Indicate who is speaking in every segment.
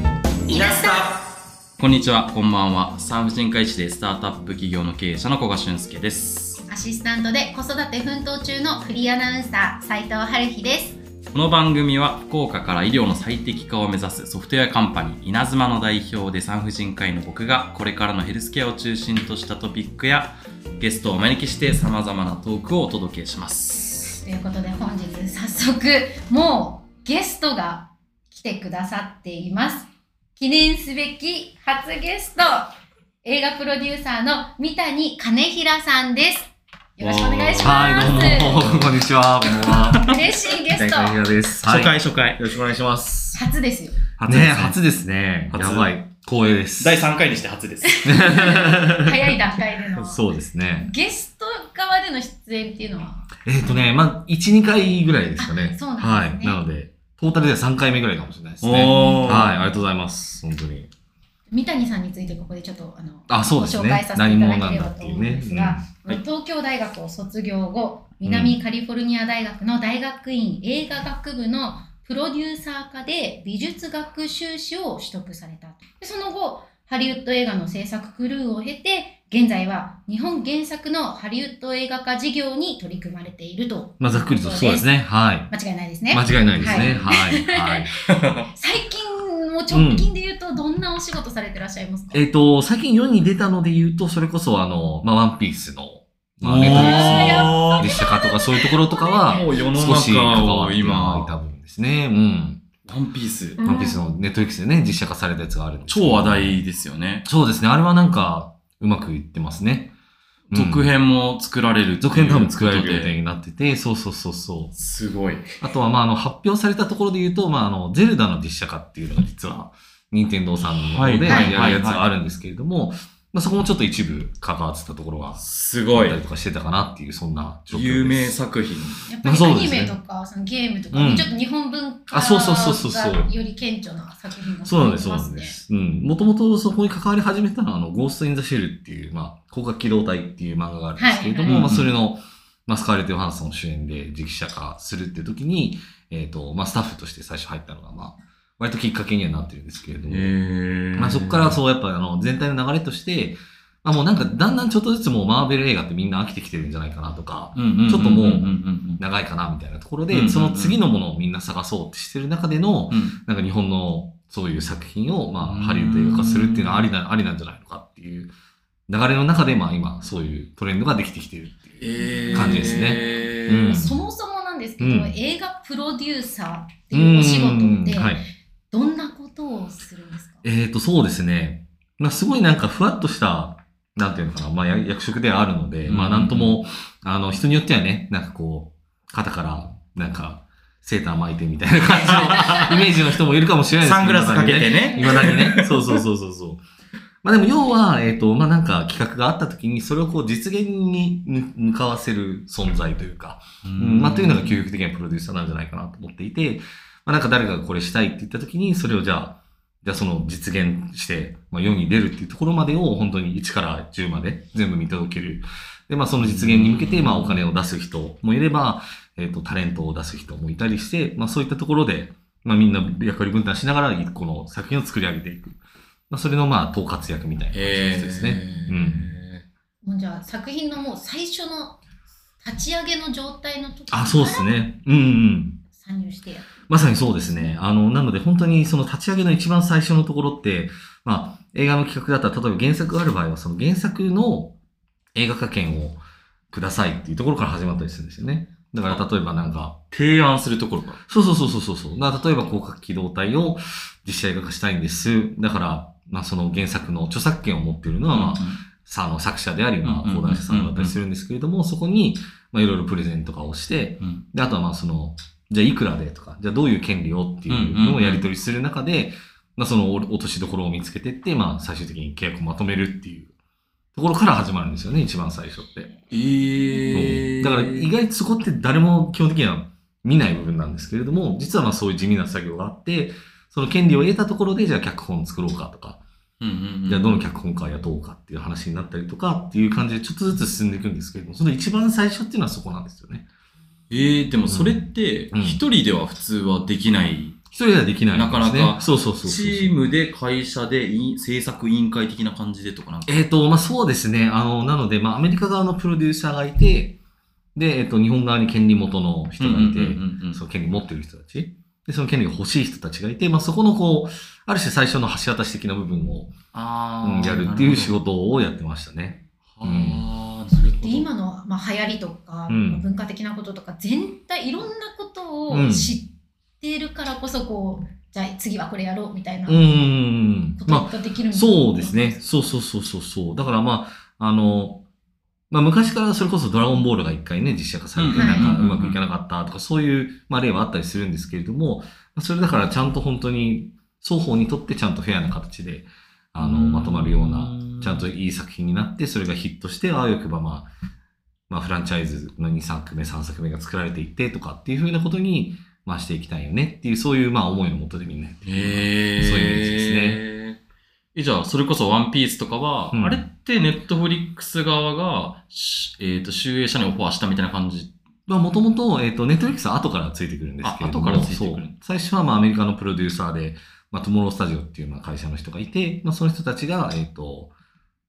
Speaker 1: ラスタこんにちはこんばんは産婦人科医師でスタートアップ企業の経営者の古賀俊介です
Speaker 2: アシスタントで子育て奮闘中のフリーアナウンサー斉藤春日です
Speaker 1: この番組は福岡から医療の最適化を目指すソフトウェアカンパニー稲妻の代表で産婦人科医の僕がこれからのヘルスケアを中心としたトピックやゲストをお招きしてさまざまなトークをお届けします
Speaker 2: ということで本日早速もうゲストが来てくださっています記念すべき初ゲスト映画プロデューサーの三谷兼平さんですよろしくお願いします
Speaker 3: はいどう もこんにちはこんばんは
Speaker 2: 嬉しいゲスト
Speaker 3: 金平です、
Speaker 1: 初
Speaker 3: はい
Speaker 1: 回初回
Speaker 3: よろしくお願いします
Speaker 2: 初ですよ
Speaker 1: 初です
Speaker 3: ね
Speaker 1: ね
Speaker 3: 初ですね
Speaker 1: 初
Speaker 3: やばい光栄です
Speaker 1: 第3回にして初です
Speaker 2: 早い段階での
Speaker 3: そうですね
Speaker 2: ゲスト側での出演っていうのは
Speaker 3: えっ、とねまあ12回ぐらいですかね
Speaker 2: あそうなんですね
Speaker 3: はいなのでトータルでは3回目ぐらいかもしれないですね
Speaker 1: おー
Speaker 3: はいありがとうございます本当に
Speaker 2: 三谷さんについてここでちょっとあの
Speaker 3: あそう
Speaker 2: ご
Speaker 3: です
Speaker 2: 紹
Speaker 3: ね
Speaker 2: 介させていただければ
Speaker 3: 何者なんだって
Speaker 2: と
Speaker 3: い
Speaker 2: 思う
Speaker 3: うんね
Speaker 2: ですが、
Speaker 1: うんはい
Speaker 2: 東京大学を卒業後南カリフォルニア大学の大学院映画学部のプロデューサー科で美術学修士を取得されたでその後ハリウッド映画の制作クルーを経て現在は日本原作のハリウッド映画化事業に取り組まれていると
Speaker 3: まあざっくりとそうですねはい
Speaker 2: 間違いないですね
Speaker 3: 間違いないですねはい、はい
Speaker 2: 最近もう直近で言うとどんなお仕事されてらっしゃいますか、
Speaker 3: えっ、と、最近世に出たので言うと、それこそあの、まあ、ワンピースの、まあ、ネットフリックスのでしたかとか、そういうところとかは、
Speaker 1: もう世の
Speaker 3: 少し関
Speaker 1: 中
Speaker 3: わっ
Speaker 1: を
Speaker 3: て今、多
Speaker 1: 今
Speaker 3: 分ですね。うん。
Speaker 1: ワンピース
Speaker 2: うん
Speaker 3: ワンピースのネットフリックスでね、実写化されたやつがあるんですけど
Speaker 1: 超話。題ですよね
Speaker 3: そうですね。あれはなんか、うまくいってますね。うん
Speaker 1: 続。編も作られるっていう
Speaker 3: 続編多分作られる
Speaker 1: こ
Speaker 3: 予
Speaker 1: と
Speaker 3: 定
Speaker 1: で
Speaker 3: になってて、そうそうそうそう。
Speaker 1: すごい
Speaker 3: あとは、まあ、あの、発表されたところで言うと、まあ、あの、ゼルダの実写化っていうのが実は、任天堂さんの方
Speaker 1: はい
Speaker 3: で
Speaker 1: はい
Speaker 3: やるやつがあるんですけれども、まあ、そこもちょっと一部関わってたところが
Speaker 1: す
Speaker 3: あ
Speaker 1: ご
Speaker 3: っ
Speaker 1: い
Speaker 3: たりとかしてたかなっていう、そんな状況です。
Speaker 1: 有名作品
Speaker 2: やっぱり
Speaker 3: まあ
Speaker 2: ア
Speaker 3: そうで
Speaker 2: ニ
Speaker 3: すね
Speaker 2: メとかそのゲームとか、
Speaker 3: うん
Speaker 2: ちょっと日本文化
Speaker 3: あそうそうそうそうそう
Speaker 2: がより顕著な作品が
Speaker 3: そうなんです、そう
Speaker 2: 入っ
Speaker 3: な
Speaker 2: て
Speaker 3: ん
Speaker 2: ま
Speaker 3: で。す。うん。もともとそこに関わり始めたのは、あの、ゴースト・イン・ザ・シェルっていう、まあ、広角機動隊っていう漫画があるんですけれども、
Speaker 1: はい
Speaker 3: まあ、それの、まあ、スカーレット・ヨハンソン主演で実写化するっていう時に、えっ、と、まあ、スタッフとして最初入ったのが、まあ、割ときっかけにはなってるんですけれども、
Speaker 1: え
Speaker 3: まあ、そこからそう、やっぱあの、全体の流れとして、まあ、もうなんか、だんだんちょっとずつもうマーベル映画ってみんな飽きてきてるんじゃないかなとか、
Speaker 1: うんうんうんうんうんうん、
Speaker 3: ちょっともう長いかなみたいなところ
Speaker 1: うんうんう
Speaker 3: で、
Speaker 1: ん
Speaker 3: その次のものをみんな探そうってしてる中での、
Speaker 1: うん
Speaker 3: なんか日本のそういう作品を、まあ、
Speaker 1: うん
Speaker 3: ハリウッド映画化するっていうのはありな、ありなんじゃないのかっていう流れの中で、まあ今、そういうトレンドができてきてるっていう。
Speaker 1: えー
Speaker 3: 感じですねうん
Speaker 2: そもそもなんですけど、
Speaker 3: うん
Speaker 2: 映画プロデューサーっていうお仕事って、
Speaker 3: うんはい。
Speaker 2: どんなことをするんですか
Speaker 3: えっ、と、そうですね。まあすごいなんかふわっとした、なんていうのかな、まあや役職ではあるので、
Speaker 1: うん
Speaker 3: まあなんとも、あの、人によってはね、なんかこう、肩から、なんか、セーター巻いてみたいな感じのイメージの人もいるかもしれないです
Speaker 1: サングラスかけて
Speaker 3: い
Speaker 1: ね。
Speaker 3: まだにね。そうそうそうそうそう。まあでも要は、えっ、と、まあなんか企画があった時に、それをこう実現に向かわせる存在というか、うん、まあというのが究極的なプロデューサーなんじゃないかなと思っていて、まあなんか誰かがこれしたいって言った時に、それをじゃあ、じゃあその実現して、まあ世に出るっていうところまでを本当に1から10まで全部見届ける。で、まあその実現に向けて、まあお金を出す人もいれば、えっ、と、タレントを出す人もいたりして、まあそういったところで、まあみんな役割分担しながら一個の作品を作り上げていく。まあそれのまあ統括役みたいな感じの人ですね。
Speaker 1: えー
Speaker 3: うん
Speaker 2: もうじゃあ作品のもう最初の立ち上げの状態の時か
Speaker 3: あ、そうですね。うんうん。
Speaker 2: 参入してやる
Speaker 3: まさにそうですね。あの、なので本当にその立ち上げの一番最初のところって、まあ、映画の企画だったら、例えば原作がある場合は、その原作の映画化権をくださいっていうところから始まったりするんですよね。だから例えばなんか、
Speaker 1: 提案するところか。
Speaker 3: そうそうそうそうそうそう。な例えば広角機動隊を実写映画化したいんです。だから、まあその原作の著作権を持っているのは、まあ、さあの作者であり、ま
Speaker 1: うん
Speaker 3: あ
Speaker 1: うんうん
Speaker 3: 講談社さんだったりするんですけれども、そこに、まあいろいろプレゼントとかをして、
Speaker 1: うん
Speaker 3: で、あとはまあその、じゃあいくらでとか、じゃあどういう権利をっていうのをやり取りする中で、まあそのお落としどころを見つけてって、まあ最終的に契約をまとめるっていうところから始まるんですよね、一番最初って。
Speaker 1: えー、
Speaker 3: だから意外とそこって誰も基本的には見ない部分なんですけれども、実はまあそういう地味な作業があって、その権利を得たところで、じゃあ脚本作ろうかとか、
Speaker 1: うんうんうん、
Speaker 3: じゃあどの脚本家を雇おうかっていう話になったりとかっていう感じでちょっとずつ進んでいくんですけれども、その一番最初っていうのはそこなんですよね。
Speaker 1: えー、でもそれって
Speaker 3: うん
Speaker 1: 一人では普通はできない
Speaker 3: 一人ではできないんです、
Speaker 1: な
Speaker 3: ね。
Speaker 1: かなか
Speaker 3: そうそうそうそう
Speaker 1: チームで会社でい制作委員会的な感じでとかなんか。
Speaker 3: えっ、と、まあ、そうですね。あの、なので、まあ、アメリカ側のプロデューサーがいて、で、えっ、と、日本側に権利元の人がいて、
Speaker 1: うんうんうんうん
Speaker 3: その権利持ってる人たち、で、その権利が欲しい人たちがいて、まあ、そこのこう、ある種最初の橋渡し的な部分を、
Speaker 1: あ
Speaker 3: うん
Speaker 1: ー
Speaker 3: やるっていう仕
Speaker 1: なる
Speaker 3: 事をやってましたね。
Speaker 1: ほどあー、なるほど。
Speaker 2: で今の、まあ、流行りとか、
Speaker 3: うん
Speaker 2: 文化的なこととか全体いろんなこと
Speaker 3: う
Speaker 2: を
Speaker 3: ん
Speaker 2: 知ってるからこそこう、じゃあ次はこれやろうみたいな
Speaker 3: う
Speaker 2: こ
Speaker 3: ん。ま
Speaker 2: とができるん
Speaker 3: あ、そうですね。そうそうそうそうそう。だからまあ、あの、まあ、昔からそれこそドラゴンボールが一回ね、実写化されて、
Speaker 2: うん
Speaker 3: なんか
Speaker 1: う
Speaker 3: うんまくいかなかったとか、そういう、まあ、例はあったりするんですけれども、まあそれだからちゃんと本当に、双方にとってちゃんとフェアな形で、あの、まとまるような、ちゃんといい作品になって、それがヒットして、ああよくばまあ、まあ、フランチャイズの2作目、3作目が作られていってとかっていうふうなことに、まあ、していきたいよねっていう、そういう、まあ、思いのもとでみんなやってる
Speaker 1: へえ。
Speaker 3: そういうイメージ
Speaker 1: ですね。え、じゃあ、それこそワンピースとかは、
Speaker 3: うん
Speaker 1: あれってネットフリックス側が、しえっ、と、集英社にオファーしたみたいな感じ。
Speaker 3: まあ、もともと、えっ、と、ネットフリックスは後からついてくるんですけれども、
Speaker 1: あ後からついてくる
Speaker 3: そう最初は、まあ、アメリカのプロデューサーで、まあ、トゥモロースタジオっていう、まあ、会社の人がいて、まあ、その人たちが、えっ、と、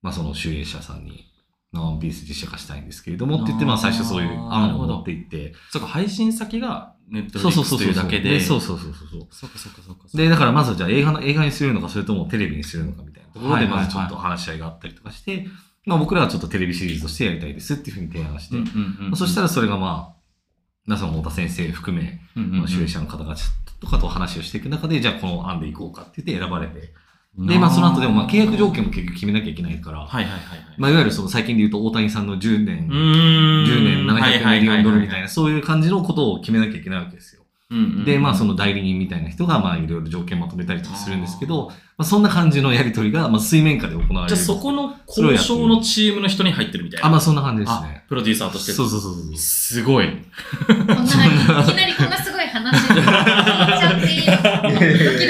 Speaker 3: まあ、その、集英社さんに、まあワンピース実写化したいんですけれどもって言って、まあ、最初そういう
Speaker 1: あー
Speaker 3: 案を持っていって、
Speaker 1: そうか、配信先がネットフ
Speaker 3: そ
Speaker 1: リ
Speaker 3: う
Speaker 1: ッ
Speaker 3: そ
Speaker 1: クス
Speaker 3: うそ
Speaker 1: とい
Speaker 3: うそ。
Speaker 1: ううだけで。
Speaker 3: で、そうそうそうそうそう。
Speaker 1: そうか、そうか、そうか。
Speaker 3: で、だからまずじゃあ映画の、映画にするのか、それともテレビにするのかみたいなところ
Speaker 1: はい
Speaker 3: で、
Speaker 1: はいはい
Speaker 3: まずちょっと話し合いがあったりとかして、まあ僕らはちょっとテレビシリーズとしてやりたいですっていうふうに提案して、
Speaker 1: うんうんうん、
Speaker 3: そした
Speaker 1: ら、
Speaker 3: らそれがまあ、皆さん太田先生含め、
Speaker 1: うんうん
Speaker 3: まあ、集英社の方々とかと話をしていく中で、じゃあこの案でいこうかって言って選ばれて、で、まあその後でもまあ契約条件も結局決めなきゃいけないから、
Speaker 1: はいはいはいはい。
Speaker 3: まあいわゆるその最近で言うと大谷さんの10年、
Speaker 1: ん
Speaker 3: 10年700ミリオンドルみたい
Speaker 1: な。
Speaker 3: な、そういう感じのことを決めなきゃいけないわけですよ。で、まあその代理人みたいな人が、まあいろいろ条件まとめたりとかするんですけど、まあそんな感じのやりとりが、まあ水面下で行われる。
Speaker 1: じゃあそこの交渉のチームの人に入ってるみたいな。
Speaker 3: あ、まあそんな感じです
Speaker 1: あ
Speaker 3: ね。
Speaker 1: プロデューサーとして。
Speaker 3: そうそうそうそう。
Speaker 1: すごい。
Speaker 2: こんないきなりこんなすごい話聞いちゃっていいのかドキドキしてきちゃ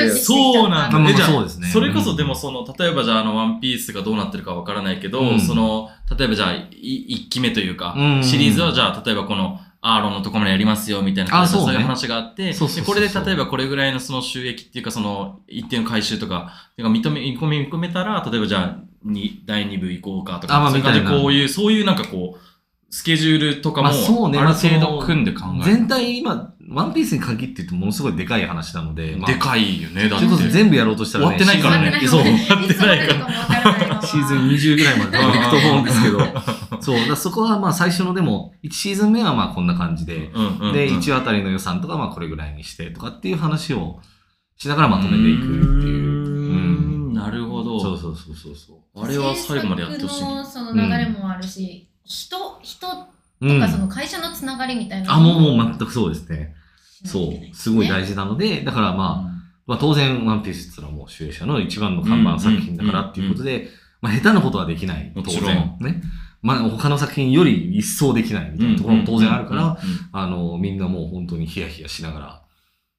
Speaker 2: った
Speaker 1: そうなんだ。
Speaker 3: まあ
Speaker 1: えじゃあ
Speaker 3: そうですね
Speaker 1: それこそでもその、例えばじゃああの、ワンピースがどうなってるかわからないけど、
Speaker 3: うん
Speaker 1: その、例えばじゃあ、1期目というか、
Speaker 3: うん
Speaker 1: シリーズはじゃあ、例えばこの、アーロンのとこまでやりますよ、みたいな感じで
Speaker 3: あそうね
Speaker 1: そういう話があって、
Speaker 3: そうそう
Speaker 1: で
Speaker 3: そう
Speaker 1: こ
Speaker 3: そう
Speaker 1: れで例えばこれぐらいのその収益っていうか、その、一定の回収とか、てか認め、見込み認めたら、例えばじゃあ、に第2部行こうかとか、
Speaker 3: あまあ
Speaker 1: そういう感じで
Speaker 3: みたいな
Speaker 1: こういう、そういうなんかこう、スケジュールとかも、
Speaker 3: まあそうね
Speaker 1: あ
Speaker 3: ま
Speaker 1: る
Speaker 3: あその
Speaker 1: 程度組んで考える。
Speaker 3: 全体今、ワンピースに限って言うとものすごいでかい話なので、まあ、
Speaker 1: でかいよね、だっ
Speaker 3: ち
Speaker 1: て。
Speaker 3: ょっと全部やろうとしたら、ね、
Speaker 1: 終わってないからね
Speaker 2: いつ
Speaker 3: シー
Speaker 2: も
Speaker 3: ズ
Speaker 2: い
Speaker 1: そう
Speaker 3: ン
Speaker 2: つも出るかもわからないわ
Speaker 3: そう。シーズン20ぐらいまで多分いくと思う んですけど、 そう、だからそこはまあ最初のでも、1シーズン目はまあこんな感じで、
Speaker 1: うんうんうん
Speaker 3: で、1話あたりの予算とかまあこれぐらいにしてとかっていう話をしながらまとめていくっていう。
Speaker 1: ーんなるほど。
Speaker 3: そうそうそうそうそう。
Speaker 1: あれは最後までやってほしい
Speaker 2: 制
Speaker 1: ね。
Speaker 2: 作のその流れもあるし、人、人と
Speaker 3: うん
Speaker 2: かその会社のつながりみたいな
Speaker 3: あ、もう、もう全くそうですね。
Speaker 2: しな
Speaker 3: そ
Speaker 2: きゃいけな
Speaker 3: う。すごい
Speaker 2: ね
Speaker 3: 大事なので、だからまあ、まあ当然、ワンピースっていうのはもう主演者の一番の看板作品だからっていうことで、まあ下手なことはできない。
Speaker 1: も
Speaker 3: 当
Speaker 1: ちろん
Speaker 3: 然。ね。まあ他の作品より一層できないみたいなところも当然あるから、、あの、みんなもう本当にヒヤヒヤしながら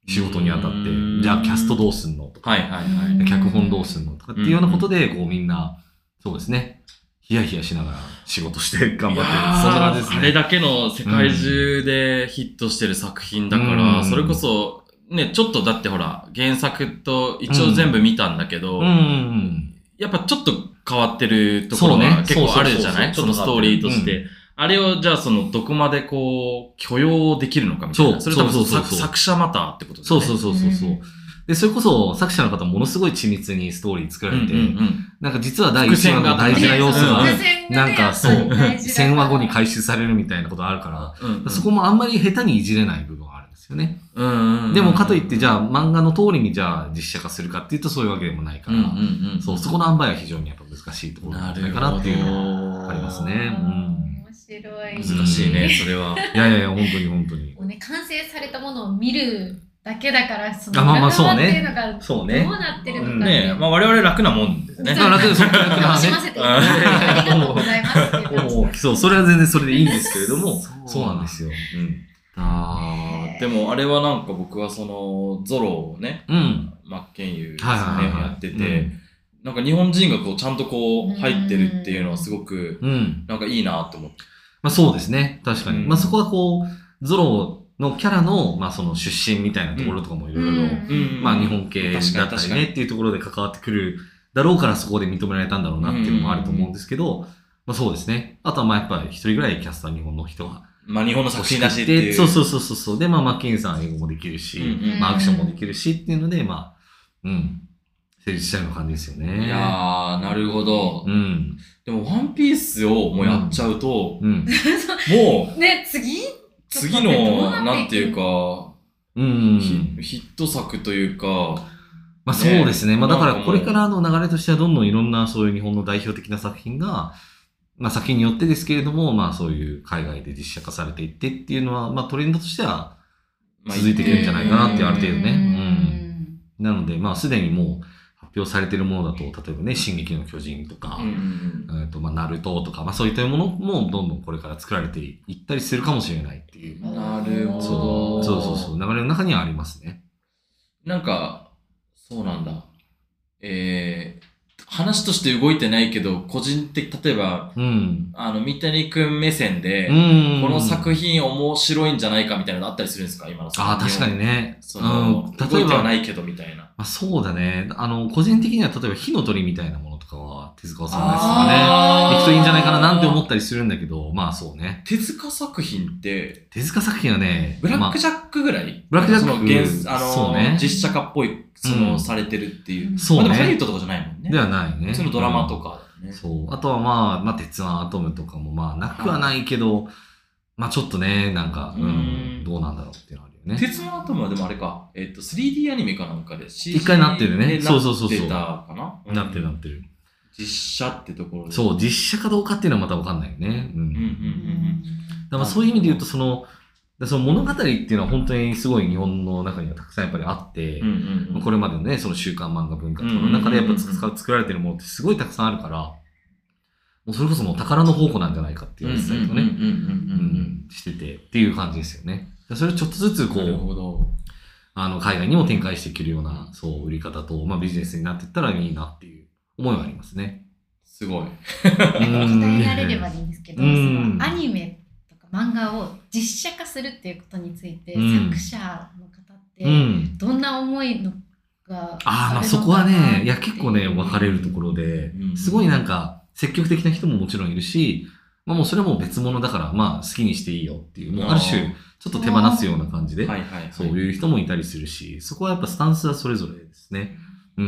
Speaker 3: 仕事に当たって
Speaker 1: うん、
Speaker 3: じゃあキャストどうすんのとか、
Speaker 1: はいはいはい。
Speaker 2: うん
Speaker 3: 脚本どうすんのとかっていうようなことで、こうみんな、そうですね、ヒヤヒヤしながら仕事して頑張ってる。そんな感じですね。
Speaker 1: あれだけの世界中でヒットしてる作品だから、
Speaker 3: うん
Speaker 1: それこそ、ね、ちょっとだってほら、原作と一応全部見たんだけど、
Speaker 3: うんうん。
Speaker 1: やっぱちょっと変わってるところ
Speaker 3: そう
Speaker 1: が
Speaker 3: ね
Speaker 1: 結構あるじゃない
Speaker 3: そ
Speaker 1: そうの
Speaker 3: そうそう
Speaker 1: ス
Speaker 3: そ
Speaker 1: トー
Speaker 3: う
Speaker 1: リーとして。あれをじゃあそのどこまでこう許容できるのかみたいな。
Speaker 3: そう
Speaker 1: れ多分
Speaker 3: そうそうそう
Speaker 1: 作作者またってことだ
Speaker 3: そ
Speaker 1: よ
Speaker 3: う
Speaker 1: ね。
Speaker 3: そうそうそうそう。で、それこそ作者の方ものすごい緻密にストーリー作られて、
Speaker 1: うんうんうん
Speaker 3: なんか実は第1話の
Speaker 1: 伏線
Speaker 3: 大
Speaker 1: が
Speaker 3: 事な要素が
Speaker 1: うん、
Speaker 3: なんかそう、1000
Speaker 2: 1000
Speaker 3: 話後に回収されるみたいなことあるから、
Speaker 1: うんうん
Speaker 3: そこもあんまり下手にいじれない部分はあるんですよね。
Speaker 1: うんうんうん
Speaker 3: でもかといって、じゃあ漫画の通りにじゃあ実写化するかっていうとそういうわけでもないか
Speaker 1: うん
Speaker 3: ら、
Speaker 1: うんうん、
Speaker 3: そう、そこの塩梅は非常にやっぱ難しいところな
Speaker 1: なん
Speaker 3: じゃな
Speaker 1: る
Speaker 3: い
Speaker 1: ほ
Speaker 3: か
Speaker 1: ど
Speaker 3: なっていうのは。ありますねうん
Speaker 2: 面白い。
Speaker 1: 難しいね、それは。
Speaker 3: いやいやいや、本当に本当に。
Speaker 2: もうね、完成されたものを見るだけだから、その
Speaker 3: あまあまあ
Speaker 2: 裏側
Speaker 3: そうね
Speaker 2: っていうのが
Speaker 3: そう
Speaker 2: どうなってるのか
Speaker 3: うん
Speaker 1: ねえ、まあ我々楽なもんですね
Speaker 3: だ。から楽です、楽
Speaker 2: 楽
Speaker 3: な
Speaker 2: しま
Speaker 3: ね。
Speaker 2: せていただいてありがとうございますっていう感じ
Speaker 3: もうそう、それは全然それでいいんですけれども、
Speaker 1: そう
Speaker 3: そうなんですよ。うん
Speaker 1: あーでもあれはなんか僕はその、ゾロをね、
Speaker 3: うん。
Speaker 1: 真剣佑ですね、
Speaker 3: はいはいはいはい
Speaker 1: やってて、、なんか日本人がこうちゃんとこう入ってるっていうのはすごく、
Speaker 3: うん。うん
Speaker 1: なんかいいなと思って。
Speaker 3: まあそうですね。確かに。
Speaker 1: うん
Speaker 3: まあそこはこう、ゾロのキャラの、まあその出身みたいなところとかもいろいろ、
Speaker 1: うん
Speaker 3: まあ日本系だったりねっていうところで関わってくるだろうからそこで認められたんだろうなっていうのもあると思うんですけど、まあそうですね。あとはまあやっぱり一人ぐらいキャスター日本の人が
Speaker 1: まあ日本の作
Speaker 3: 欲
Speaker 1: 品
Speaker 3: し
Speaker 1: だ
Speaker 3: く
Speaker 1: しってい
Speaker 3: て、
Speaker 1: う。
Speaker 3: そうそうそうそうそう。で、まあマッキンさん英語もできるし、
Speaker 1: うん
Speaker 2: うん
Speaker 3: まあアクションもできるしっていうので、まあ、うん、成立したような感じですよね。
Speaker 1: いやー、なるほど。
Speaker 3: うん。
Speaker 1: でも、ワンピースをもうやっちゃうと、
Speaker 3: うん。
Speaker 1: もう、
Speaker 2: ね、次
Speaker 1: 次
Speaker 2: ちょっと待 ってどうなってい
Speaker 1: の、
Speaker 2: く
Speaker 1: なんていうか、
Speaker 3: うん
Speaker 1: ヒ。ヒット作というか、
Speaker 3: まあそうですね。まあだか
Speaker 1: なん
Speaker 3: ら
Speaker 1: かも
Speaker 3: こ
Speaker 1: う
Speaker 3: れからの流れとしてはどんどんいろんなそういう日本の代表的な作品が、まあ作品によってですけれども、まあそういう海外で実写化されていってっていうのは、まあトレンドとしては、
Speaker 1: まあ
Speaker 3: 続いていくんじゃないかなってある程度ね
Speaker 2: うん
Speaker 3: なのでまあすでにもう発表されているものだと、例えばね、進撃の巨人とか、
Speaker 1: うんうん
Speaker 3: えっとまあナルトとか、まあそういったものもどんどんこれから作られていったりするかもしれないっていう。
Speaker 1: うんなるほ
Speaker 2: お
Speaker 1: ど。
Speaker 2: ー
Speaker 3: そうそうそう、流れの中にはありますね。
Speaker 1: なんか、そうなんだ。えー、話として動いてないけど、個人的、例えば、
Speaker 3: うん。
Speaker 1: あの、三谷くん目線で、
Speaker 3: うん。
Speaker 1: この作品面白いんじゃないかみたいなのあったりするんですか今の作品
Speaker 3: ああ、確かにね。
Speaker 1: その、
Speaker 3: うん
Speaker 1: 動いてはないけどみたいな。
Speaker 3: まあ、そうだね。あの、個人的には例えば火の鳥みたいなものとかは手塚さんですよね。
Speaker 1: あー
Speaker 3: 行くといいんじゃないかななんて思ったりするんだけど、まあそうね。
Speaker 1: 手塚作品って、
Speaker 3: 手塚作品はね、
Speaker 1: ブラック
Speaker 3: ま
Speaker 1: ジャックぐらい、
Speaker 3: ブラックジャック
Speaker 1: その原すあの
Speaker 3: そうね
Speaker 1: 実写化っぽい、その、
Speaker 3: うん
Speaker 1: されてるっていう。
Speaker 2: うん
Speaker 3: そう
Speaker 1: まあ
Speaker 3: ね
Speaker 1: でもハリウッドとかじゃないもん
Speaker 3: あで
Speaker 1: ね。
Speaker 3: はないね。
Speaker 1: 普通のドラマとかだ
Speaker 3: うん。
Speaker 1: ね。
Speaker 3: そう。あとはまあ、まあ、鉄腕アトムとかもまあ、なくはないけど、まあちょっとね、なんか、う
Speaker 1: うんん、
Speaker 3: どうなんだろうっていうのはあるよね。
Speaker 1: 鉄のアトムはでもあれか、えっと、3D アニメかなんかで CG
Speaker 3: 一回なってるね
Speaker 1: で
Speaker 3: そうそうそうそう
Speaker 1: なってたかな、うん
Speaker 3: なってるなってる。
Speaker 1: 実写ってところで。
Speaker 3: そう、実写かどうかっていうのはまたわかんないよね。うん。
Speaker 1: うんうんうん。
Speaker 3: だからまあそういう意味で言うと、その、だからその物語っていうのは本当にすごい日本の中にはたくさんやっぱりあって、
Speaker 1: うんうんうん
Speaker 3: まあこれまでのね、その週刊漫画文化とかの中でやっぱつ
Speaker 1: うんうんうん
Speaker 3: 作られてるものってすごいたくさんあるから、もうそれこそもう宝の宝庫なんじゃないかって言われてたりとか
Speaker 1: うん
Speaker 3: ね、
Speaker 1: うん
Speaker 3: う
Speaker 1: うんうんうん
Speaker 3: んしててっていう感じですよね。それをちょっとずつこ
Speaker 1: なる
Speaker 3: う、
Speaker 1: ほど。
Speaker 3: あの、海外にも展開していけるような、そう、売り方と、まあビジネスになっていったらいいなっていう思いはありますね。
Speaker 1: すごい。
Speaker 2: 鍛えられればいいんですけど、
Speaker 3: う
Speaker 2: そ
Speaker 3: ん
Speaker 2: のアニメとか漫画を実写化するっていうことについて、
Speaker 3: うん
Speaker 2: 作者の方って、
Speaker 3: うん。
Speaker 2: どんな思いのが
Speaker 3: ああ、まあそこはね、いや結構ね、分かれるところで
Speaker 1: う、ん
Speaker 3: すごいなんか、積極的な人ももちろんいるし、まあもうそれはもう別物だから、まあ好きにしていいよっていう、もうある種、ちょっと手放すような感じで、
Speaker 1: はいはいはい。
Speaker 3: そういう人もいたりするし、そこはやっぱスタンスはそれぞれですね。うん。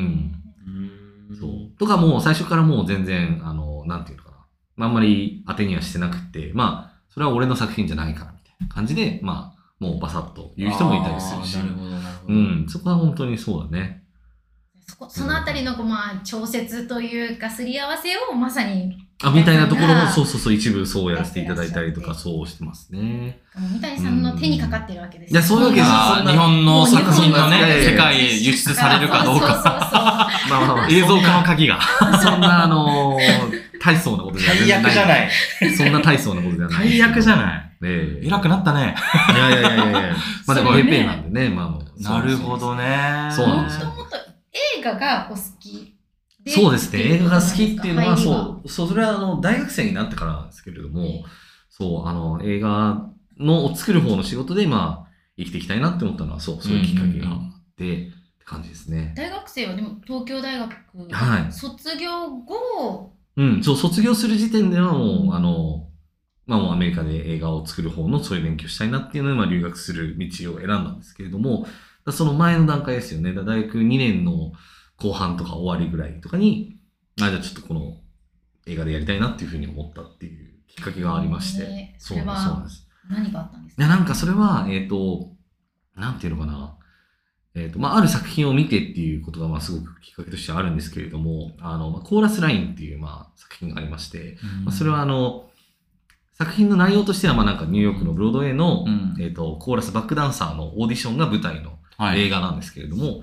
Speaker 1: うーん。
Speaker 3: そう。とかもう最初からもう全然、あの、なんていうのかな。まああんまり当てにはしてなくて、まあ、それは俺の作品じゃないから、みたいな感じで、まあ、もうバサッと言う人もいたりするし
Speaker 1: あー。なるほど、なるほ
Speaker 3: う
Speaker 1: ど。
Speaker 3: ん。そこは本当にそうだね。
Speaker 2: そこそのあたりのこう、まあ、調節というかすり合わせをまさに
Speaker 3: あ、みたいなところ
Speaker 2: な
Speaker 3: も、
Speaker 2: んか
Speaker 3: そうそうそう、一部そうやらせていただいたりと
Speaker 2: や
Speaker 3: か、
Speaker 2: っ
Speaker 3: そうしてますね。
Speaker 2: 三谷さんの手にかかってるわけです
Speaker 3: いやそういうわけです
Speaker 1: あ
Speaker 3: そ
Speaker 1: ー
Speaker 3: んな
Speaker 1: 日本の作品の
Speaker 3: そんな
Speaker 1: ね、世界へ輸出されるか どうか。
Speaker 2: か。
Speaker 3: まあまあまあ、
Speaker 1: 映像化の鍵が。
Speaker 3: そんな、あのー 大層なことじゃ全然ない。
Speaker 1: い。
Speaker 3: い。そんな大層なことじゃない。い。
Speaker 1: ない。
Speaker 3: ええ
Speaker 1: 偉くなったね。
Speaker 3: いやいやいやい や。まあでも
Speaker 2: そうね
Speaker 3: ペペなんでね、まあもう。
Speaker 1: なるほどね。
Speaker 3: そうなんです
Speaker 2: そうそうそうも
Speaker 3: よ
Speaker 2: ともと映画がお好きで。
Speaker 3: そうですね。映画が好きっていうのは、
Speaker 2: 入りが
Speaker 3: そう、そう、それはあの、大学生になってからなんですけれども、そう、あの、映画のを作る方の仕事で、まあ、生きていきたいなって思ったのは、そう、そういうきっかけがあって、って感じですね。
Speaker 2: 大学生はでも東京大学、
Speaker 3: はい
Speaker 2: 卒業後、
Speaker 3: うん、そう、卒業する時点ではもう、あの、まあもうアメリカで映画を作る方のそういう勉強したいなっていうので、まあ留学する道を選んだんですけれども、だその前の段階ですよね。だ大学2年の後半とか終わりぐらいとかに、あ、じゃあちょっとこの映画でやりたいなっていうふうに思ったっていうきっかけがありまして。
Speaker 2: ねそうれ
Speaker 3: なんですそうな
Speaker 2: は
Speaker 3: んです。
Speaker 2: 何があったんです
Speaker 3: い
Speaker 2: か
Speaker 3: や、なんかそれは、えっ、と、なんていうのかな。えっ、と、まあ、ある作品を見てっていうことが、まあ、すごくきっかけとしてあるんですけれども、あの、まあ、コーラスラインっていう、まあ、作品がありまして、まあ、それは、あの、作品の内容としては、まあ、なんかニューヨークのブロードウェイの、
Speaker 1: うん
Speaker 3: えっ、と、コーラスバックダンサーのオーディションが舞台の
Speaker 1: はい、
Speaker 3: 映画なんですけれども、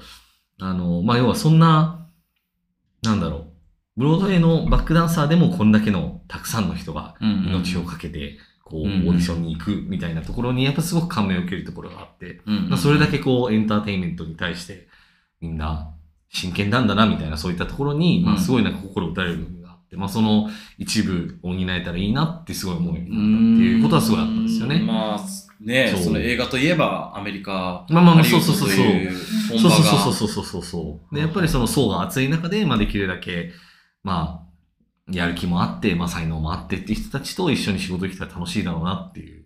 Speaker 3: あの、まあ、要はそんな、なんだろう、ブロードウェイのバックダンサーでもこんだけのたくさんの人が命をかけて、こう、オ
Speaker 1: うんうん
Speaker 3: ーディションに行くみたいなところに、やっぱすごく感銘を受けるところがあって、
Speaker 1: うん、
Speaker 3: まあそれだけこう、エンターテインメントに対して、みんな、真剣なんだな、みたいな、そういったところに、
Speaker 1: う
Speaker 3: まあ、
Speaker 1: ん
Speaker 3: すごいなんか心打たれる部分があって、まあ、その一部を補えたらいいなってすごい思うようになったっていうことはすごいあったんですよね。
Speaker 1: まあ、ね
Speaker 3: そう
Speaker 1: その映画といえばアメリカ、
Speaker 3: まあまあまあ、
Speaker 1: ハリウ
Speaker 3: そう
Speaker 1: ッ
Speaker 3: そ
Speaker 1: ド
Speaker 3: うそ
Speaker 1: と
Speaker 3: うそう。
Speaker 1: いう
Speaker 2: う
Speaker 1: 本場が。
Speaker 3: そうそうそうそうそうそう。で、やっぱりその層が厚い中で、まあできるだけ、まあ、やる気もあって、まあ才能もあってっていう人たちと一緒に仕事できたら楽しいだろうなっていう。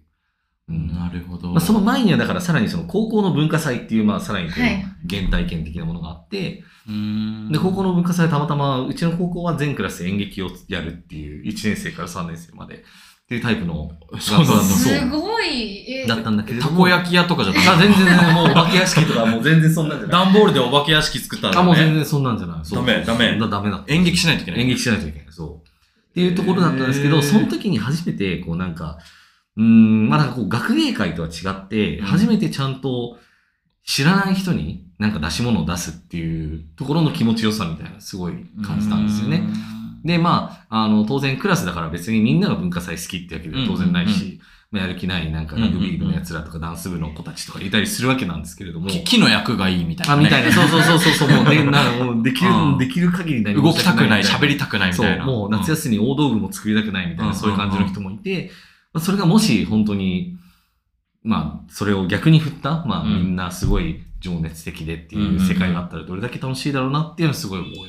Speaker 3: うん。
Speaker 1: なるほど。
Speaker 3: まあ、その前にはだからさらにその高校の文化祭っていう、まあさらにこう
Speaker 2: はい
Speaker 3: 原体験的なものがあって、
Speaker 1: うーん
Speaker 3: で、高校の文化祭はたまたま、うちの高校は全クラス演劇をやるっていう、1年生から3年生までっていうタイプの
Speaker 1: そうなんだ
Speaker 3: 学校
Speaker 1: そう
Speaker 2: すごい、え
Speaker 3: だったんだけれど
Speaker 1: た
Speaker 3: も。
Speaker 1: こ焼き屋とかじゃな
Speaker 3: あ
Speaker 1: い。
Speaker 3: 全然全然もうお化け屋敷とかもう全然そんなんじゃない。
Speaker 1: 段ボールでお化け屋敷作ったんだ
Speaker 3: あ、もう全
Speaker 1: ね。
Speaker 3: 然そんなんじゃない。そう
Speaker 1: ダメダメ
Speaker 3: だダメだ。
Speaker 1: 演劇しないといけない。
Speaker 3: 演劇しないといけない。そう。っていうところだったんですけ
Speaker 1: へ
Speaker 3: ど、
Speaker 1: ー
Speaker 3: その時に初めて、こうなんか、うーん、まあなんかこう学芸会とは違って、
Speaker 1: うん
Speaker 3: 初めてちゃんと知らない人になんか出し物を出すっていうところの気持ちよさみたいな、すごい感じたんですよね。で、まあ、あの、当然クラスだから別にみんなが文化祭好きってわけでは当然ない
Speaker 1: うん
Speaker 3: し、まあやる気ないなんかラグビー部の奴らとかダンス部の子たちとかいたりするわけなんですけれど
Speaker 1: う
Speaker 3: も
Speaker 1: ん。。木木の役がいいみたいな
Speaker 3: あ、
Speaker 1: ね。
Speaker 3: みたいな。そうそうそうそうそう。もうね、なもうできる
Speaker 1: うん、
Speaker 3: できる限り何も
Speaker 1: 動
Speaker 3: し
Speaker 1: きたくない、
Speaker 3: みた
Speaker 1: 喋りたくないみたいな。
Speaker 3: そう、もう夏
Speaker 1: 休
Speaker 3: 休み大道具も作りたくないみたいな、
Speaker 1: うん
Speaker 3: そういう感じの人もいて、まあ、それがもし本当に、まあ、それを逆に振った、まあ、
Speaker 1: うん
Speaker 3: みんなすごい情熱的でって
Speaker 1: うんうん
Speaker 3: いううん世界があったらどれだけ楽しいだろうなっていうのはすごい思うよ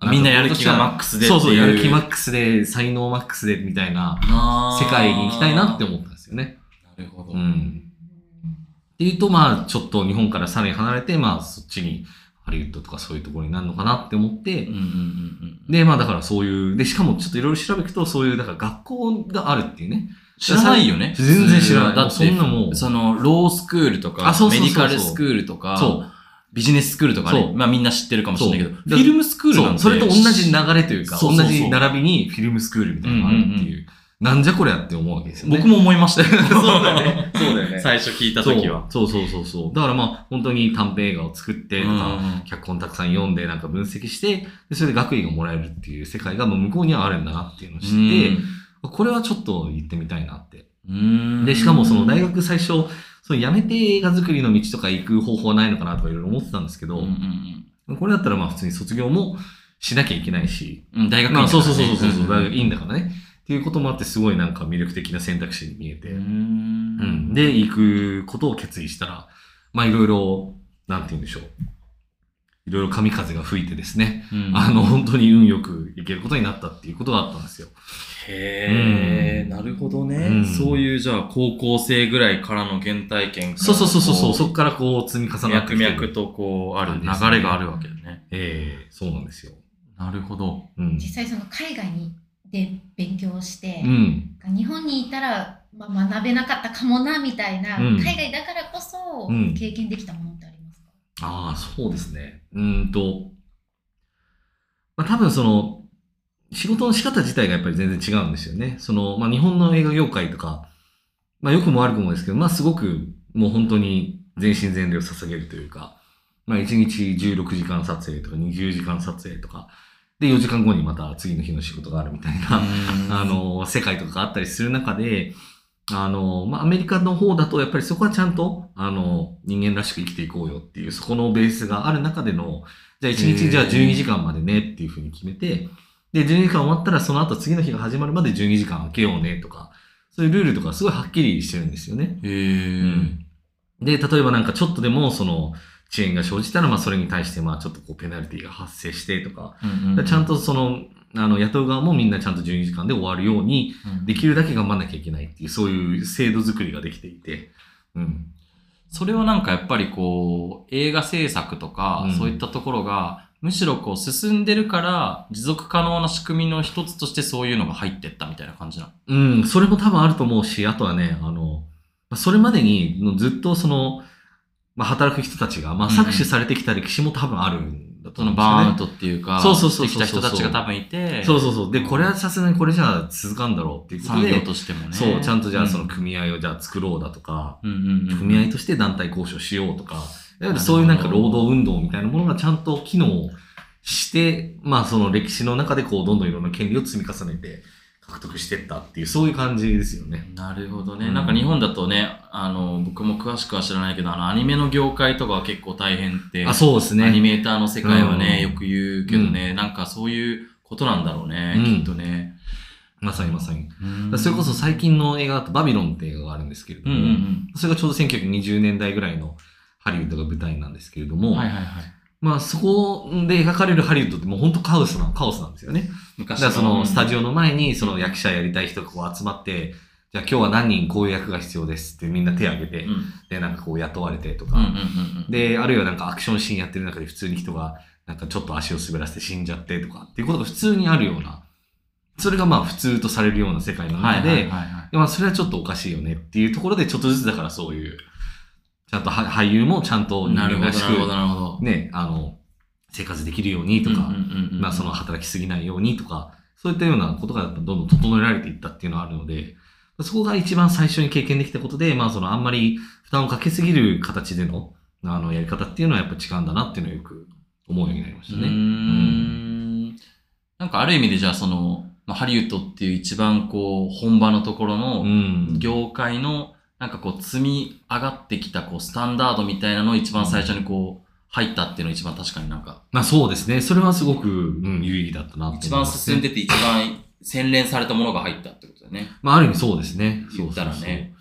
Speaker 1: うんみんなやる気がマックスでってい
Speaker 3: そううそう、やる気マックスで、才能マックスでみたいな
Speaker 1: あー
Speaker 3: 世界に行きたいなって思ったんですよね。
Speaker 1: なるほど。
Speaker 3: うん。っていうと、まあ、ちょっと日本からさらに離れて、まあ、そっちに、ハリウッドとかそういうところになるのかなって思って、
Speaker 1: うんうんうんうん
Speaker 3: で、まあ、だからそういう、で、しかもちょっといろいろ調べると、そういう、だから学校があるっていうね。
Speaker 1: 知らないよね。
Speaker 3: 全然知らない
Speaker 1: 普通だって、
Speaker 3: もうそんなもう
Speaker 1: その、ロースクールとか
Speaker 3: あそう、そう
Speaker 1: メ
Speaker 3: そう
Speaker 1: ディ
Speaker 3: そう
Speaker 1: カルスクールとか、
Speaker 3: そう。
Speaker 1: ビジネススクールとか
Speaker 3: そ
Speaker 1: ね
Speaker 3: う。
Speaker 1: まあみんな知ってるかもしれないけど、
Speaker 3: そう
Speaker 1: フィルムスクールなん
Speaker 3: そう
Speaker 1: て
Speaker 3: それと同じ流れというか、
Speaker 1: そうそうそう
Speaker 3: 同じ並びにフィルムスクールみたいなのがあるっていう、なんじゃこりゃって思うわけですよね。
Speaker 1: 僕も思いました よ。
Speaker 3: そうだね。そうだよね。
Speaker 1: 最初聞いた時は。
Speaker 3: そうそうそうそうそう。だからまあ、本当に短編映画を作ってとか、脚本たくさん読んで、なんか分析して、でそれで学位がもらえるっていう世界がもう向こうにはあるんだなっていうのを知って、これはちょっと行ってみたいなって
Speaker 1: うん
Speaker 3: で、しかもその大学最初、その辞めて映画作りの道とか行く方法はないのかなとかいろいろ思ってたんですけど、
Speaker 1: うんうん
Speaker 3: これだったらまあ普通に卒業もしなきゃいけないし、
Speaker 1: うんうん大学院
Speaker 3: まあ
Speaker 1: だ
Speaker 3: そ
Speaker 1: か
Speaker 3: う
Speaker 1: らね
Speaker 3: そうそうそうそう、大学いいんだ
Speaker 1: う
Speaker 3: からね。っていうこともあって、すごいなんか魅力的な選択肢に見えて、うん
Speaker 1: ん
Speaker 3: で、行くことを決意したら、まあいろいろ、なんて言うんでしょう。いろいろ神風が吹いてですね、
Speaker 1: うん
Speaker 3: あの、本当に運よく行けることになったっていうことがあったんですよ。
Speaker 1: へ
Speaker 3: う
Speaker 1: え、
Speaker 3: ん
Speaker 1: なるほどね、
Speaker 3: うん
Speaker 1: そういう、じゃあ、高校生ぐらいからの原体験から
Speaker 3: そうそうそうそう、
Speaker 1: こ
Speaker 3: そっからこう積み重なって
Speaker 1: 脈
Speaker 3: きてる。
Speaker 1: 々とこう、ある
Speaker 3: 感じですね
Speaker 1: 流れがあるわけだね。
Speaker 3: ええそうなんですよ。
Speaker 1: なるほど。
Speaker 3: うん。
Speaker 2: 実際その海外にで勉強して
Speaker 3: う、ん。
Speaker 2: 日本にいたら、まあ、学べなかったかもなみたいな、
Speaker 3: うん
Speaker 2: 海外だからこそ
Speaker 3: うん
Speaker 2: 経験できたものってありますか、
Speaker 3: ああ、そうですね。うーんと、まあ、多分その、仕事の仕方自体がやっぱり全然違うんですよね。その、まあ、日本の映画業界とか、まあ、良くも悪くもですけど、まあ、すごくもう本当に全身全霊を捧げるというか、まあ、1日16時間撮影とか20時間撮影とか、で、4時間後にまた次の日の仕事があるみたい な、あの、世界とかがあったりする中で、あの、まあ、アメリカの方だと、やっぱりそこはちゃんと、あの、人間らしく生きていこうよっていう、そこのベースがある中での、じゃあ1
Speaker 1: へー
Speaker 3: 日、じゃあ12時間までねっていうふうに決めて、で、12時間終わったら、その後次の日が始まるまで12時間空けようねとか、そういうルールとかすごいはっきりしてるんですよね。
Speaker 1: へ
Speaker 3: う
Speaker 1: え、
Speaker 3: んで、例えばなんかちょっとでも、その、遅延が生じたら、まあ、それに対して、まあ、ちょっとこう、ペナルティが発生してとか、
Speaker 1: うん
Speaker 3: ちゃん、とその、あの、雇う側もみんなちゃんと12時間で終わるように、で
Speaker 1: き
Speaker 3: きるだけ頑張んなきゃいけないっていう、そういう制度作りができていて。うん。
Speaker 1: それはなんかやっぱりこう、映画制作とか、
Speaker 3: うん
Speaker 1: そういったところが、むしろこう進んでるから、持続可能な仕組みの一つとしてそういうのが入ってったみたいな感じなの。
Speaker 3: うん、それも多分あると思うし、あとはね、あの、まあそれまでにのずっとその、まあ、働く人たちが、まあ、
Speaker 1: うんうん
Speaker 3: 搾取されてきた歴史も多分あるんだと
Speaker 1: そ
Speaker 3: 思
Speaker 1: の
Speaker 3: うんですよね。
Speaker 1: バーンアウトっていうか、
Speaker 3: そうそうそう
Speaker 1: して
Speaker 3: そ
Speaker 1: き
Speaker 3: う
Speaker 1: た人たちが多分いて、
Speaker 3: そうそうそう。で、これはさすがにこれじゃあ続かんだろうっていうこと
Speaker 1: 産業
Speaker 3: で、
Speaker 1: としてもね。
Speaker 3: そう、ちゃんとじゃあその組合をじゃあ作ろうだとか、
Speaker 1: うんうんうん、
Speaker 3: 組合として団体交渉しようとか、いわゆるそういうなんか労働運動みたいなものがちゃんと機能して、まあその歴史の中でこうどんどんいろんな権利を積み重ねて獲得してったっていう、そういう感じですよね。
Speaker 1: なるほどね、
Speaker 3: うん
Speaker 1: なんか日本だとね、あの、僕も詳しくは知らないけど、あの、アニメの業界とかは結構大変って、
Speaker 3: あ、そうです
Speaker 1: アニ
Speaker 3: ね。
Speaker 1: メーターの世界はね、
Speaker 3: うん
Speaker 1: よく言うけどね、なんかそういうことなんだろうね、
Speaker 3: うん
Speaker 1: きっとね。
Speaker 3: まさにまさに。だか
Speaker 1: うん
Speaker 3: らそれこそ最近の映画だとバビロンって映画があるんですけれど
Speaker 1: うん
Speaker 3: も、
Speaker 1: うん
Speaker 3: それがちょうど1920年代ぐらいのハリウッドが舞台なんですけれど
Speaker 1: うん。
Speaker 3: も、
Speaker 1: はいはいはい。
Speaker 3: まあそこで描かれるハリウッドってもう本当カオスな、カオスなんですよね。だ
Speaker 1: 昔
Speaker 3: からそのスタジオの前にその役者やりたい人がこう集まって、じゃあ今日は何人こういう役が必要ですってみんな手挙げて、
Speaker 1: うんうん
Speaker 3: でなんかこう雇われてと
Speaker 1: うんうん
Speaker 3: か、
Speaker 1: うん。
Speaker 3: で、あるいはなんかアクションシーンやってる中で普通に人がなんかちょっと足を滑らせて死んじゃってとかっていうことが普通にあるような、それがまあ普通とされるような世界の
Speaker 1: は
Speaker 3: 中
Speaker 1: い
Speaker 3: で、
Speaker 1: はいはいはい。
Speaker 3: まあそれはちょっとおかしいよねっていうところでちょっとずつだからそういう、ちゃんとは俳優もちゃんと人
Speaker 1: なるほ
Speaker 3: 間
Speaker 1: ど、
Speaker 3: らし
Speaker 1: なるほど、
Speaker 3: く
Speaker 1: なるほど。
Speaker 3: ね、あの、生活できるようにとか、
Speaker 1: うんうんうん
Speaker 3: まあ、その、働きすぎないようにとか、そういったようなことがやっぱどんどん整えられていったっていうのはあるので、そこが一番最初に経験できたことで、まあ、そのあんまり負担をかけすぎる形での、あの、やり方っていうのはやっぱ違うんだなっていうのをよく思うようになりまし
Speaker 1: うー
Speaker 3: たね。
Speaker 1: ん。なんかある意味でじゃあその、まあ、ハリウッドっていう一番こう、本場のところの、
Speaker 3: うん。
Speaker 1: 業界のなんかこう積み上がってきたこうスタンダードみたいなのを一番最初にこう入ったっていうのが一番確かになんか
Speaker 3: まあ、そうですね。それはすごく、うん、有意義だったなって
Speaker 1: 一
Speaker 3: 思い
Speaker 1: 番
Speaker 3: ます
Speaker 1: 進んでて一番洗練されたものが入ったってことだね。
Speaker 3: まあ、ある意味そうですね。
Speaker 1: 言ったらね
Speaker 3: そうそうそう。だか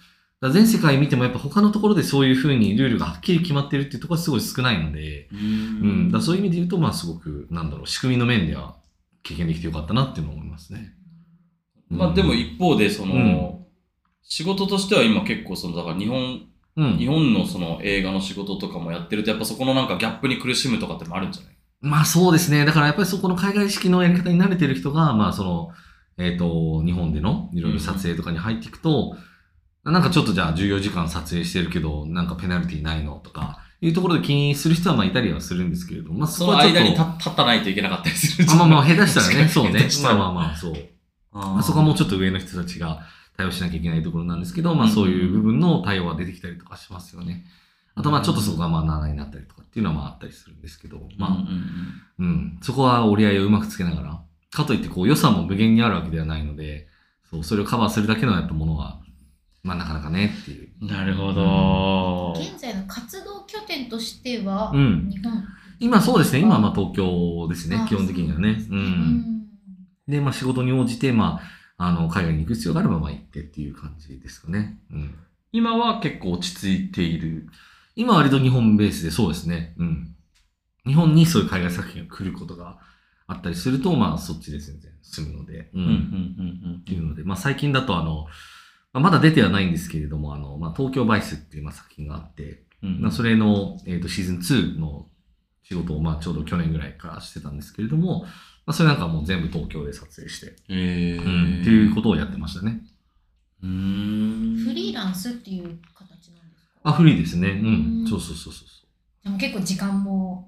Speaker 3: ら全世界見てもやっぱ他のところでそういうふうにルールがはっきり決まってるっていうところはすごい少ないので、
Speaker 1: う
Speaker 3: うん、だから
Speaker 1: そ
Speaker 3: そういう意味で言うと、まあ、すごく、なんだろう、仕組みの面では経験できてよかったなっていうのは思いますね。
Speaker 1: まあでも一方でその、
Speaker 3: うん
Speaker 1: 仕事としては今結構そのだから日本、
Speaker 3: うん、
Speaker 1: 日本のその映画の仕事とかもやってるとやっぱそこのなんかギャップに苦しむとかってもあるんじゃない
Speaker 3: まあそうですね。だからやっぱりそこの海外式のやり方に慣れてる人が、まあその、えっ、と、日本でのいろいろ撮影とかに入っていくと、なんかちょっとじゃあ14時間撮影してるけど、なんかペナルティないのとか、いうところで気にする人はまあいたりはするんですけれども、まあそ
Speaker 1: そ
Speaker 3: こ
Speaker 1: の
Speaker 3: はちょっと
Speaker 1: 間に立立たないといけなかったりするじゃ
Speaker 3: あ
Speaker 1: ん
Speaker 3: まあまあ下手したらね、
Speaker 1: 確
Speaker 3: そ
Speaker 1: か
Speaker 3: う
Speaker 1: に
Speaker 3: ね
Speaker 1: 下手。し
Speaker 3: ま
Speaker 1: た
Speaker 3: あ
Speaker 1: ら
Speaker 3: まあまあ、そう。
Speaker 1: あ
Speaker 3: まあ、そこはもう
Speaker 1: う
Speaker 3: ちょっと上の人たちが対応しなきゃいけないところなんですけど、まあそういう部分の対応は出てきたりとかしますよね。あとまあちょっとそこがまあ7になったりとかっていうのはまああったりするんですけど、
Speaker 1: まあ、うんう
Speaker 3: まあ、
Speaker 1: んうん
Speaker 3: うん、そこは折り合いをうまくつけながら、かといってこう予算も無限にあるわけではないので、そう、それをカバーするだけのやっぱものは、まあなかなかねっていう。
Speaker 1: なるほど。
Speaker 2: 現在の活動拠点としては、
Speaker 3: うん
Speaker 2: 日本
Speaker 3: 今そうですね、今はまあ東京ですね
Speaker 2: あ、
Speaker 3: 基本的にはね。う。
Speaker 2: うんん
Speaker 3: で、まあ仕事に応じて、まあ、あの、海外に行く必要があればまあ行ってっていう感じですかね。うん。
Speaker 1: 今は結構落ち着いている。
Speaker 3: 今は割と日本ベースでそうですね。うん。日本にそういう海外作品が来ることがあったりすると、まあそっちで全然進むので。う。
Speaker 1: うんんうん
Speaker 3: っていうので、まあ最近だとあの、まあまだ出てはないんですけれども、あの、まあ東京バイスっていうまあ作品があって、
Speaker 1: うんうん。
Speaker 3: まあそれの、えっ、とシーズン2の仕事をまあちょうど去年ぐらいからしてたんですけれども、まあそれなんかもう全部東京で撮影して、
Speaker 1: えー
Speaker 3: うん、っていうことをやってましたね。
Speaker 1: うーん。
Speaker 2: フリーランスっていう形なんですか
Speaker 3: あ、フリーですね。うん。
Speaker 2: うん
Speaker 3: そうそうそうそう。
Speaker 2: でも結構時間も、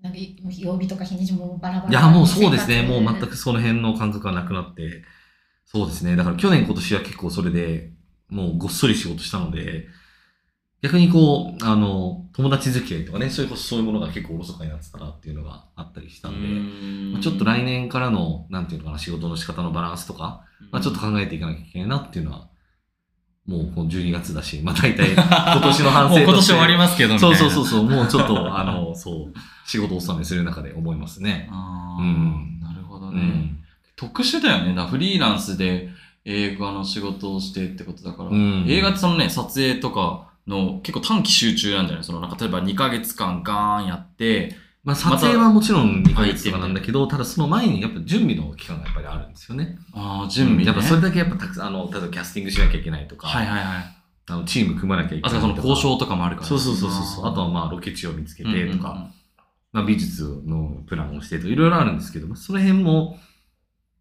Speaker 2: なんか曜日とか日にちもバラバラ。
Speaker 3: いや、もうそうですね。もう全
Speaker 2: く。
Speaker 3: くその辺の感覚がなくなって。そうですね。だから去年今年は結構それで、もうごっそり仕事したので、逆にこう、あの、友達付き合いとかね、そういうこそそういうものが結構おろそかになってたなっていうのがあったりしたんで、まあちょっと来年からの、なんていうのかな、仕事の仕方のバランスとか、まあちょっと 考えていかなきゃいけないなっていうのは、もうこの12月だし、 まあ大体今年の反省
Speaker 1: も
Speaker 3: として
Speaker 1: う今年終わりますけどみたい
Speaker 3: そう
Speaker 1: な。
Speaker 3: そうそう
Speaker 1: う。
Speaker 3: そう、もうちょっと、あ の、そう、仕事を納めする中で思いますね。
Speaker 1: あ
Speaker 3: う
Speaker 1: ー
Speaker 3: ん
Speaker 1: なるほど
Speaker 3: う
Speaker 1: ね。
Speaker 3: ん
Speaker 1: 特殊だよね。だからフリーランスで映画の仕事をしてってことだから。
Speaker 3: うん
Speaker 1: 映画ってそのね、撮影とかの結構短期集中なんじゃないそのなんか例えば2ヶ月間ガーンやって、
Speaker 3: まあ、撮影はもちろん2ヶ月とかなんだけど、ただその前にやっぱ準備の期間がやっぱりあるんですよね。
Speaker 1: ああ、準備、ね。
Speaker 3: やっぱそれだけやっぱたくさん、あの、例えばキャスティングしなきゃいけないとか、
Speaker 1: はいはいはい。
Speaker 3: あのチーム組まなきゃいけ
Speaker 1: あ
Speaker 3: な
Speaker 1: と
Speaker 3: いと
Speaker 1: は
Speaker 3: か。
Speaker 1: その交渉とかもあるから。
Speaker 3: そうそうそうそうそう。あとは
Speaker 1: は
Speaker 3: まあロケ地を見つけてとか、まあ、美術のプランをしてといろいろあるんですけど、まあその辺も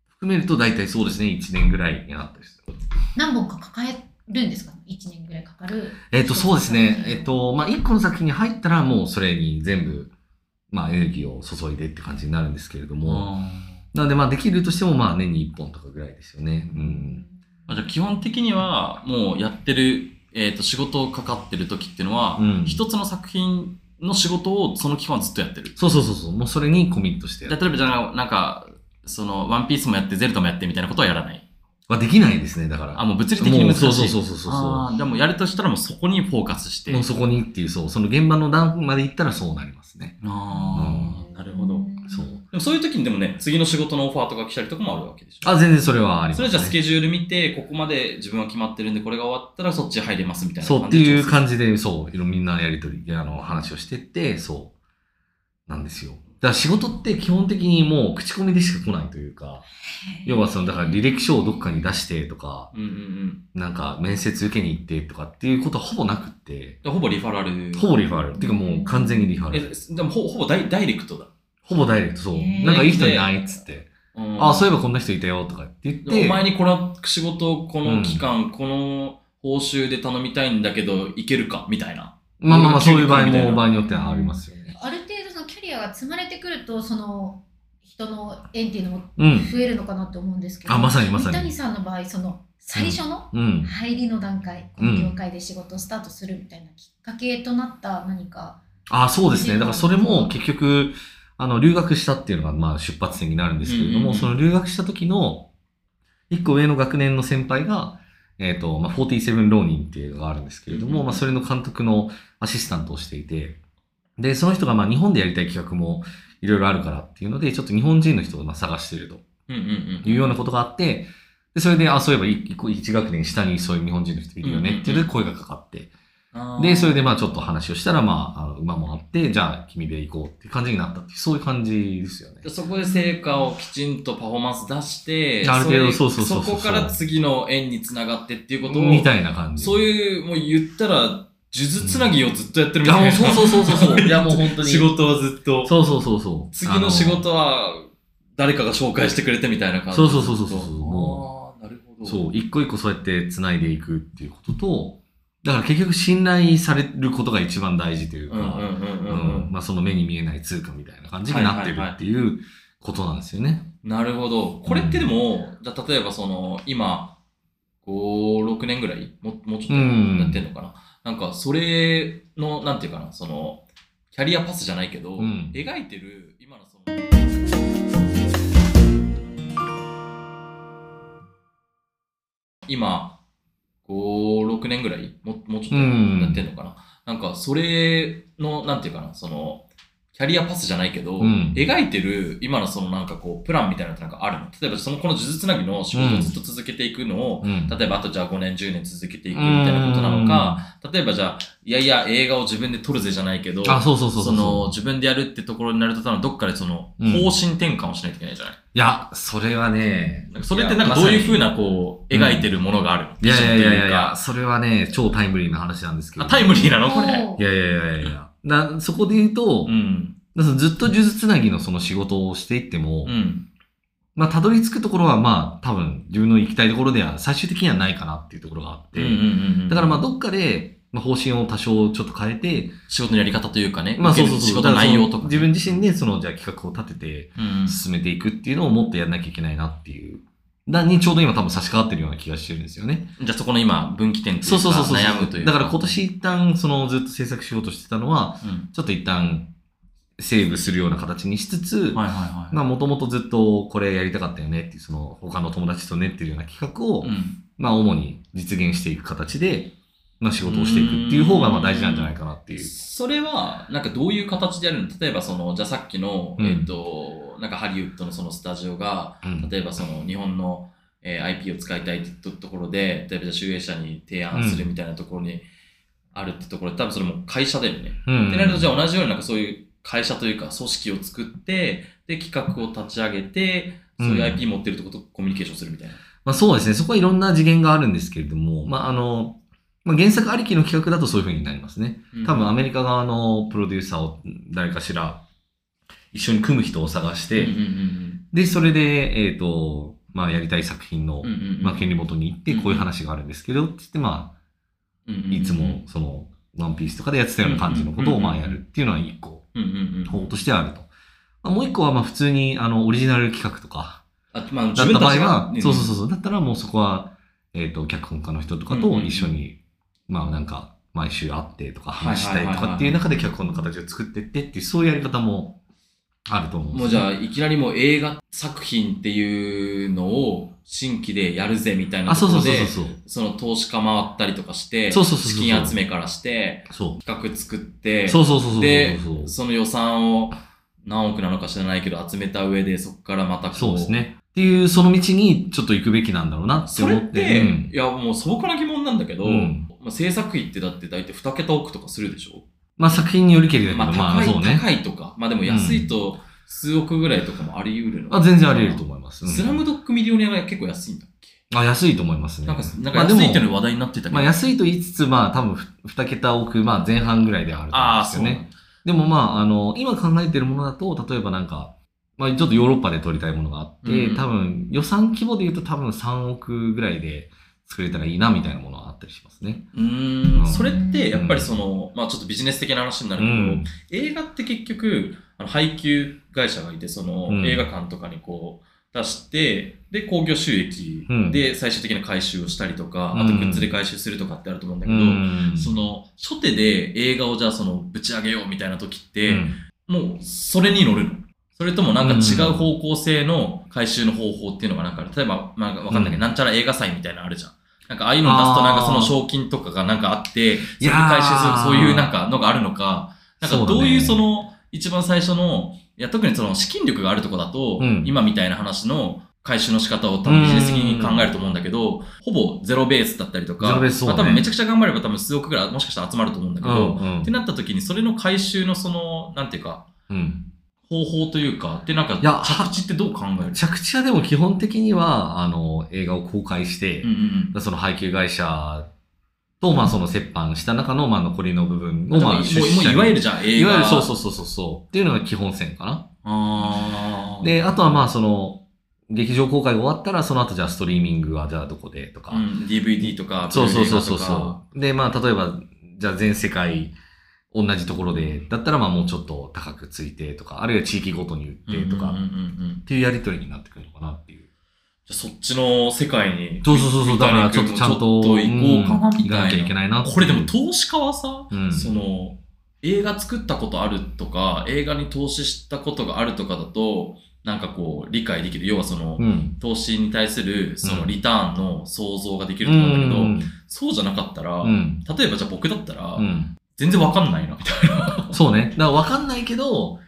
Speaker 3: 含めると大体そうですね、1年ぐらいになったりする。
Speaker 2: 何本か抱えるんですか ?1 年ぐらいかかる。
Speaker 3: えっ、と、そうですね。えっ、と、まあ、一個の作品に入ったらもうそれに全部、まあ、エネルギーを注いでって感じになるんですけれども、なので、まあ、できるとしても、まあ、年に1本とかぐらいですよね。うん。
Speaker 1: あじゃあ基本的にはもうやってる、えー、と仕事かかってる時っていうのは
Speaker 3: うん
Speaker 1: 一、つの作品の仕事をその期間ずっとやってる。
Speaker 3: そうそうそうそう。もうそれにコミットして
Speaker 1: で
Speaker 3: やる。
Speaker 1: 例えばじゃあなんかその「ワンピースもやって「ゼルダ」もやってみたいなことはやらない。
Speaker 3: はできないですね、だから。
Speaker 1: あもう物理的に難しい。
Speaker 3: もうそうそうそうそうそう
Speaker 1: あーでもやるとしたらもうそこにフォーカスして。
Speaker 3: もうそこにっていう、そう、その現場の段まで行ったらそうなりますね。
Speaker 1: あーなるほど。
Speaker 2: ん
Speaker 3: そう。
Speaker 1: でもそういう時にでもね、次の仕事のオファーとか来たりとかもあるわけでしょ。
Speaker 3: あ、全然それはあります、
Speaker 1: そ
Speaker 3: ね。
Speaker 1: れじゃあスケジュール見て、ここまで自分は決まってるんで、これが終わったらそっち入れますみたいな
Speaker 3: そうっていう
Speaker 1: じ
Speaker 3: 感じで、そう、いろみんなやりとり、あの、話をしてって、そう、なんですよ。だから仕事って基本的にもう口コミでしか来ないというか、要はその、だから履歴書をどっかに出してとか、
Speaker 1: うんうんうん。
Speaker 3: なんか面接受けに行ってとかっていうことはほぼなくって、
Speaker 1: でほぼリファラル。
Speaker 3: ほぼリファラル。っていうかもう完全にリファラル。
Speaker 1: え、でもほほぼダイダイレクトだ。
Speaker 3: ほぼダイレクト、そう。
Speaker 2: へー
Speaker 3: なんかいい人いないっつって、
Speaker 1: うん
Speaker 3: あ、そういえばこんな人いたよとかって言っ
Speaker 1: で
Speaker 3: て、
Speaker 1: お前にこの仕事、この期間、この報酬で頼みたいんだけど、いけるかみたいな。
Speaker 3: まあまあまあそういう場合
Speaker 1: みたいな
Speaker 3: も場合によってはありますよね。
Speaker 2: ある程度そのキャリアが積まれてくるとその人の縁っていうのも
Speaker 3: うん。
Speaker 2: 増えるのかなと思うんですけど、
Speaker 3: あ、まさにまさ
Speaker 2: 三谷
Speaker 3: に。
Speaker 2: さんの場合その最初の
Speaker 3: うん。
Speaker 2: 入りの段階、
Speaker 3: うん
Speaker 2: この業界で仕事をスタートするみたいなきっかけとなった何か、
Speaker 3: あそうですね。だからそれも結局、あの、留学したっていうのが、まあ、出発点になるんですけれど
Speaker 1: うんうんう
Speaker 3: も、
Speaker 1: ん
Speaker 3: その留学した時の、一個上の学年の先輩が、えっ、と、まあ、47浪人っていうのがあるんですけれど
Speaker 1: うんう
Speaker 3: も、
Speaker 1: ん
Speaker 3: まあ、それの監督のアシスタントをしていて、で、その人が、まあ、日本でやりたい企画もいろいろあるからっていうので、ちょっと日本人の人をまあ探していると
Speaker 1: うんうんうん。
Speaker 3: いうようなことがあって、で、それで、あ、そういえば一個一学年下にそういう日本人の人いるよねっていうので声がかかって、
Speaker 1: あー
Speaker 3: で、それでまあちょっと話をしたら、まあ、あの馬もあって、じゃあ君で行こうっていう感じになったっていう、そういう感じですよね
Speaker 1: で。そこで成果をきちんとパフォーマンス出して、
Speaker 3: ある程度
Speaker 1: それ
Speaker 3: そうそうそうそう
Speaker 1: そこから次の縁につながってっていうことを、
Speaker 3: みたいな感じ。
Speaker 1: そう
Speaker 3: う。
Speaker 1: いう、もう言ったら、呪術つなぎをずっとやってる
Speaker 3: い
Speaker 1: みた
Speaker 3: や、
Speaker 1: いな。
Speaker 3: もうそうそうそうそう そう。いや、もう本当に。
Speaker 1: 仕。事はずっと。
Speaker 3: そうそうそうそう。
Speaker 1: 次の仕事は、誰かが紹介してくれてみたいな感じ。
Speaker 3: そうそうそうそうそうも
Speaker 1: ああ、なるほど。
Speaker 3: あの。そう、一個一個そうやって繋いでいくっていうことと、だから結局信頼されることが一番大事という
Speaker 1: うんうん
Speaker 3: か、
Speaker 1: うん
Speaker 3: う
Speaker 1: うんうん
Speaker 3: ん。まあその目に見えない通貨みたいな感じになって
Speaker 1: はい
Speaker 3: る
Speaker 1: はいはい
Speaker 3: っていうことなんですよね。
Speaker 1: なるほど。これってでも、じゃあ例えばその、今、5、6年ぐらいももうちょっと
Speaker 3: うん
Speaker 1: やってんのかな、なんか、それの、なんていうかな、その、キャリアパスじゃないけど、
Speaker 3: うん
Speaker 1: 描いてる、今のその、今、5、6年ぐらいももうちょっとやってんのかな、なんか、それの、なんていうかな、その、キャリアパスじゃないけど、
Speaker 3: うん
Speaker 1: 描いてる今のそのなんかこう、プランみたいなのってなんかあるの例えばそのこの呪術つなぎの仕事をずっと続けていくのを、
Speaker 3: うん。
Speaker 1: 例えばあとじゃあ5年、10年続けていくみたいなことなのか、例えばじゃあ、いやいや、映画を自分で撮るぜじゃないけど、
Speaker 3: あ、そうそうそう
Speaker 1: そうの自分でやるってところになると、多分どっかでその
Speaker 3: うん
Speaker 1: 方針転換をしないといけないじゃない、
Speaker 3: いや、それはね、
Speaker 1: なんかそれってなんかどういうふうなこう、
Speaker 3: いやまさに
Speaker 1: 描いてるものがあるの
Speaker 3: いやいやいやいやいや、
Speaker 1: ビ
Speaker 3: それはね、超タイムリーな話なんですけ
Speaker 1: ジョンというか
Speaker 3: ど。
Speaker 1: あタイムリーなのこれ。
Speaker 2: お
Speaker 3: い
Speaker 2: ー
Speaker 3: やいやいやいや。なそこで言うと、
Speaker 1: うん。
Speaker 3: だからずっと呪術つなぎのその仕事をしていっても、
Speaker 1: うん。
Speaker 3: まあ、たどり着くところは、まあ、多分、自分の行きたいところでは最終的にはないかなっていうところがあって、
Speaker 1: うんうんうんうん
Speaker 3: だからまあ、どっかで、まあ、方針を多少ちょっと変えて、
Speaker 1: 仕事のやり方というかね、
Speaker 3: まあ、そうそうそう。
Speaker 1: 仕事の内容とか、
Speaker 3: 自分自身で、その、じゃあ企画を立てて、
Speaker 1: うん
Speaker 3: 進めていくっていうのをもっとやんなきゃいけないなっていう。だにちょうど今多分差し掛かってるような気がしてるんですよね。
Speaker 1: じゃあそこの今、分岐点というか
Speaker 3: そうそうそうそう。
Speaker 1: 悩むという
Speaker 3: だから今、年一旦、そのずっと制作しようとしてたのは、
Speaker 1: うん
Speaker 3: ちょっと一旦、セーブするような形にしつつ、
Speaker 1: はいはいはい。
Speaker 3: まあもともとずっとこれやりたかったよねっていう、その他の友達と練ってるような企画を、
Speaker 1: うん
Speaker 3: まあ主に実現していく形で、まあ仕事をしていくっていう方がまあ大事なんじゃないかなっていう。
Speaker 1: それは、なんかどういう形でやるの例えばその、じゃあさっきの、
Speaker 3: うん
Speaker 1: えっ、と、なんかハリウッドのそのスタジオが、
Speaker 3: うん
Speaker 1: 例えばその日本の、えー IP を使いたいってとところで、例えばじゃあ集英社に提案するみたいなところにあるってところで、多分それも会社だよね。
Speaker 3: うん
Speaker 1: ってなると、じゃあ同じようになんかそういう会社というか組織を作って、で、企画を立ち上げて、そういう IP 持ってるとことコミュニケーションするみたいな。
Speaker 3: まあそうですね。そこはいろんな次元があるんですけれども、まああの、まあ原作ありきの企画だとそういう風になりますね。多分アメリカ側のプロデューサーを誰かしら一緒に組む人を探し
Speaker 1: で
Speaker 3: て、で、それで、えっ、と、まあやりたい作品の、まあ権利元に行って、こういう話があるんですけど、って言って、まあ、いつもその、ワンピースとかでやってたような感じのこと
Speaker 1: う
Speaker 3: を
Speaker 1: ん
Speaker 3: まあやるっていうのは一個、
Speaker 1: うんうん
Speaker 3: 方
Speaker 1: うん
Speaker 3: 法としてはあると。まあもう一個はまあ普通に、あの、オリジナル企画とか、
Speaker 1: あまあ、
Speaker 3: だ
Speaker 1: 自
Speaker 3: っ
Speaker 1: 分
Speaker 3: た場
Speaker 1: た
Speaker 3: 合
Speaker 1: ち
Speaker 3: は
Speaker 1: が、、
Speaker 3: そうそう
Speaker 1: う
Speaker 3: そうそう、だったらもうそこは、えっ、と、脚本家の人とか
Speaker 1: うんうん
Speaker 3: と
Speaker 1: うん
Speaker 3: 一緒に、まあなんか、毎週会ってとか
Speaker 1: はいはい
Speaker 3: 話し
Speaker 1: はいはい
Speaker 3: たりとかっていう中で脚本の形を作ってってっていう、そういうやり方もあると思うん
Speaker 1: も
Speaker 3: で
Speaker 1: う
Speaker 3: す
Speaker 1: じ
Speaker 3: よ
Speaker 1: ゃあ、いきなりもう映画作品っていうのを新規でやるぜみたいな
Speaker 3: あ、
Speaker 1: と
Speaker 3: そう
Speaker 1: こ
Speaker 3: そう
Speaker 1: ろ
Speaker 3: そう
Speaker 1: で、
Speaker 3: そう。
Speaker 1: その投資家回ったりとかして、
Speaker 3: そうそうそうそう
Speaker 1: 資金集めからして、
Speaker 3: そう。
Speaker 1: 企画作って、
Speaker 3: そうそうそうそうそうそう
Speaker 1: で、その予算を何億なのか知らないけど集めた上でそこからまたこう
Speaker 3: そうですね。っていう、その道にちょっと行くべきなんだろうなって
Speaker 1: そ
Speaker 3: 思
Speaker 1: れ
Speaker 3: っ。
Speaker 1: ってて、
Speaker 3: うん
Speaker 1: いやもう素朴な疑問なんだけど、
Speaker 3: うん
Speaker 1: まあ、制作費ってだって大体2桁億とかするでしょ
Speaker 3: まあ作品によりけりだけど、
Speaker 1: まあ高い,、
Speaker 3: まあそうね。
Speaker 1: 高いとかまあでも安いと数億ぐらいとかもあり得るのかな、
Speaker 3: あ全然あり得ると思います。うん
Speaker 1: スラムドッグミリオネアが結構安いんだっけ
Speaker 3: あ、安いと思いますね。
Speaker 1: なんかなん
Speaker 3: ま
Speaker 1: か
Speaker 3: あで
Speaker 1: 安
Speaker 3: も
Speaker 1: いっていうのが話題になってたけど、
Speaker 3: まあ安いと言いつつ、まあ多分ふ二桁億、まあ前半ぐらいでは
Speaker 1: ああ
Speaker 3: あると
Speaker 1: そ
Speaker 3: 思
Speaker 1: う
Speaker 3: うん
Speaker 1: な
Speaker 3: で
Speaker 1: ん
Speaker 3: すよ
Speaker 1: だ
Speaker 3: ね。でもまあ、あの、今考えてるものだと、例えばなんか、まあちょっとヨーロッパで撮りたいものがあって、
Speaker 1: うん
Speaker 3: 多分予算規模で言うと多分3億ぐらいで作れたらいいなみたいなものはあったりしますね。
Speaker 1: うー
Speaker 3: うんん
Speaker 1: それってやっぱりその、まあちょっとビジネス的な話になるけど、
Speaker 3: うん
Speaker 1: 映画って結局あの配給会社がいてその、
Speaker 3: うん
Speaker 1: 映画館とかにこう出してで興行収益
Speaker 3: うん
Speaker 1: で最終的な回収をしたりとか、
Speaker 3: うん
Speaker 1: あとグッズで回収するとかってあると思うんだけ
Speaker 3: う
Speaker 1: ど、
Speaker 3: ん
Speaker 1: その初手で映画をじゃあそのぶち上げようみたいな時って、
Speaker 3: うん
Speaker 1: もうそれに乗るのそれともなんか違う方向性の回収の方法っていうのがなんかある例えば、まあ、わかんないけど、
Speaker 3: うん
Speaker 1: なんちゃら映画祭みたいなのあるじゃん。なんかああいうの出すとなんかその賞金とかがなんかあって、それに回収する
Speaker 3: いやー
Speaker 1: そういうなんかのがあるのか、なんか
Speaker 3: そうだね
Speaker 1: どういうその一番最初の、いや特にその資金力があるとこだと、
Speaker 3: うん
Speaker 1: 今みたいな話の回収の仕方を多分ビジネス的に考えると思うんだけど、ほぼゼロベースだったりとか、
Speaker 3: ゼロベースそうね
Speaker 1: まあ多分めちゃくちゃ頑張れば多分数億ぐらいもしかしたら集まると思うんだけ
Speaker 3: う
Speaker 1: ど、
Speaker 3: んうん
Speaker 1: ってなった時にそれの回収のそのなんていうか
Speaker 3: うん
Speaker 1: 方法というかでなんか
Speaker 3: いや
Speaker 1: 着地ってどう考える
Speaker 3: 着地はでも基本的には、あの、映画を公開して、
Speaker 1: うんうん
Speaker 3: その配給会社と、まあその折半した中の、まあ残りの部
Speaker 1: う
Speaker 3: 分
Speaker 1: ん
Speaker 3: を、
Speaker 1: でもも
Speaker 3: まあ
Speaker 1: うもういわゆるじゃん映
Speaker 3: い
Speaker 1: 画
Speaker 3: わゆるそうそううそうそうそう。っていうのが基本線かな。
Speaker 1: あー、
Speaker 3: で、あとはまあその、劇場公開が終わったら、その後じゃあストリーミングはじゃあどこでとか。
Speaker 1: うん、DVD とか
Speaker 3: そうそうそうそ
Speaker 1: Blu-ray
Speaker 3: う
Speaker 1: とか
Speaker 3: そう。で、まあ例えば、じゃあ全世界同じところで、だったらまあもうちょっと高くついてとか、あるいは地域ごとに売ってとか、
Speaker 1: うんうん
Speaker 3: っ
Speaker 1: うんうん
Speaker 3: ていうやりとりになってくるのかなっていう。
Speaker 1: じゃあそっちの世界に
Speaker 3: そうそうそうそう、だからちょっとちゃんと、
Speaker 1: 行こうかなみ
Speaker 3: 行か
Speaker 1: た
Speaker 3: なきゃ
Speaker 1: い
Speaker 3: い
Speaker 1: な
Speaker 3: けないなっていう
Speaker 1: これでも投資家はさ、
Speaker 3: うん
Speaker 1: その映画作ったことあるとか映画に投資したことがあるとかだとなんかこう理解できる要はその、
Speaker 3: うん。
Speaker 1: 投資に対するその
Speaker 3: うん
Speaker 1: リターンの想像ができ
Speaker 3: う
Speaker 1: ると思うんだけど、
Speaker 3: ん。
Speaker 1: そうじゃなかったら、
Speaker 3: うん。
Speaker 1: 例えばじゃあ僕だったら、
Speaker 3: うん。
Speaker 1: 全然わかんないなみたい
Speaker 3: そうね。だから分かんないけど、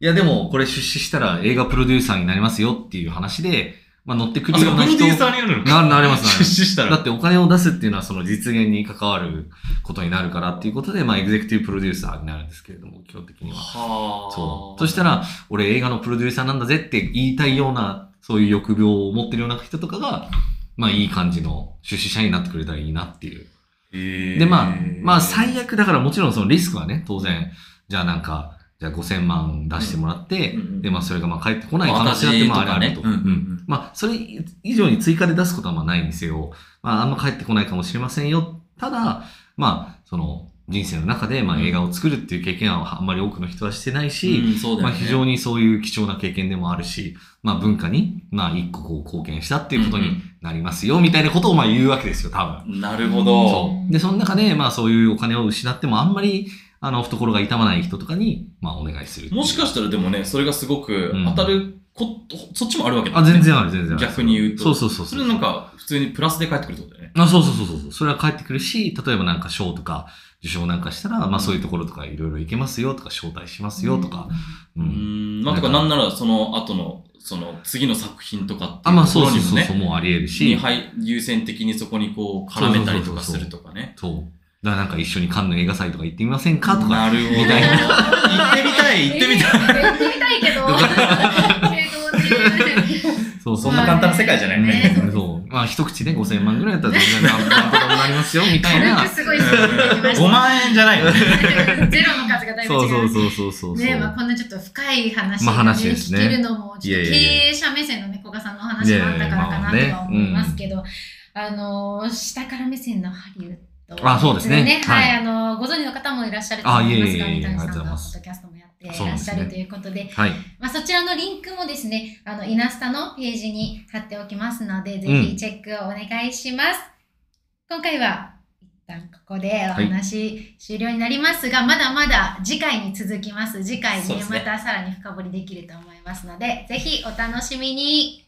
Speaker 3: いやでもこれ出資したら映画プロデューサーになりますよっていう話で、まあ乗ってく
Speaker 1: な。
Speaker 3: るような人。
Speaker 1: ーになる
Speaker 3: ななりますなり
Speaker 1: 出
Speaker 3: ま
Speaker 1: 資した
Speaker 3: だ
Speaker 1: ら。
Speaker 3: ってお金を出すっていうのはその実現に関わることになるからっていうことで、まあエグゼクティブプロデューサーになるんですけれども、基本的には。
Speaker 1: はあ。
Speaker 3: そう。そした、ら、俺映画のプロデューサーなんだぜって言いたいような、そういう欲望を持ってるような人とかが、まあいい感じの出資者になってくれたらいいなっていう。で、まあ、まあ最悪だからもちろんそのリスクはね、当然、じゃあなんか、じゃあ5000万出してもらって、
Speaker 1: うんうんうん
Speaker 3: で、まあそれがまあ返ってこない
Speaker 1: まあ
Speaker 3: 可能性だってまああれあ
Speaker 1: 赤
Speaker 3: る
Speaker 1: 字
Speaker 3: と。
Speaker 1: とかねうんうんうん
Speaker 3: うんまあそれ以上に追加で出すことはまあないにせよ、まああんま返ってこないかもしれませんよ。ただ、まあその人生の中でまあ映画を作るっていう経験はあんまり多くの人はしてないし、
Speaker 1: うんそうだよ
Speaker 3: ま
Speaker 1: ね
Speaker 3: あ、非常にそういう貴重な経験でもあるし、まあ、文化に、まあ、一個こう貢献したっていうことになりますよ、みたいなことをまあ言うわけですよ、多分。
Speaker 1: なるほど。
Speaker 3: そう。で、その中で、まあ、そういうお金を失っても、あんまり、あの、懐が痛まない人とかに、まあ、お願いするっていう。
Speaker 1: もしかしたらでもね、それがすごく
Speaker 3: うん
Speaker 1: 当たること、そっちもあるわけだ
Speaker 3: あ、
Speaker 1: ね
Speaker 3: 全。然ある、全然ある。
Speaker 1: 逆に言うと
Speaker 3: そうそうそう
Speaker 1: それなん、か普通にプラスで返ってくるってことだよね。
Speaker 3: あそうそうそうそう。それは返ってくるし、例えばなんか賞とか受賞なんかしたら、まあそういうところとかいろいろ行けますよとか、招待しますよとか。う。
Speaker 1: うんん。まあ、とかなんならその後の、その次の作品とかって
Speaker 3: あ、
Speaker 1: い
Speaker 3: まあ
Speaker 1: うとこ
Speaker 3: そう
Speaker 1: ろ
Speaker 3: そ
Speaker 1: に
Speaker 3: う
Speaker 1: も
Speaker 3: そう
Speaker 1: ね
Speaker 3: そう、、もうあり得る
Speaker 1: に
Speaker 3: し。
Speaker 1: はい優先的にそこにこう絡めたりとかするとかね。
Speaker 3: そう。だからなんか一緒にカンヌ映画祭とか行ってみませんかとか。
Speaker 1: なるほど。
Speaker 3: みたいな
Speaker 1: 行ってみたい、行ってみたい。
Speaker 2: たい。行ってみたいけ ど。けどね
Speaker 3: そう
Speaker 1: そんな簡単な世界じゃないよね。
Speaker 2: ね
Speaker 3: そう。まあ一口ね、5000万ぐらいだったら全然なんとかなりますよ、みたいな
Speaker 2: 軽く。すごい質問が来ま した
Speaker 1: 5万円じゃないよね。
Speaker 2: ゼロの数がだいぶ
Speaker 3: そうそ
Speaker 2: 違
Speaker 3: う
Speaker 2: う。
Speaker 3: そうそうそう。
Speaker 2: ねまあ、こんなちょっと深い話,、
Speaker 3: まあ話ですね
Speaker 2: 聞けるのもちょっと経営者目線の猫、ね、さんのお話もあったからかなと
Speaker 3: いやいや
Speaker 2: は
Speaker 3: まあね
Speaker 2: 思いますけど、あのー下から目線のハリウッド
Speaker 3: あそうですね
Speaker 2: は
Speaker 3: はいい
Speaker 2: あのーご存知の方もいらっしゃると思いますが
Speaker 3: あいえいえ
Speaker 2: 三谷
Speaker 3: いえ
Speaker 2: さん
Speaker 3: ありがと
Speaker 2: の
Speaker 3: うござい
Speaker 2: ポ
Speaker 3: ます
Speaker 2: ッドキャストもやっていらっしゃ
Speaker 3: そう
Speaker 2: る
Speaker 3: ですね
Speaker 2: ということで
Speaker 3: はい。
Speaker 2: まあ、そちらのリンクもですね、あの、イナスタのページに貼っておきますので、ぜひチェックをお願いします。今回は、一旦ここでお話終了になりますが、まだまだ次回に続きます。次回
Speaker 1: そ
Speaker 2: ね
Speaker 1: うですね
Speaker 2: またさらに深掘りできると思いますので、ぜひお楽しみに。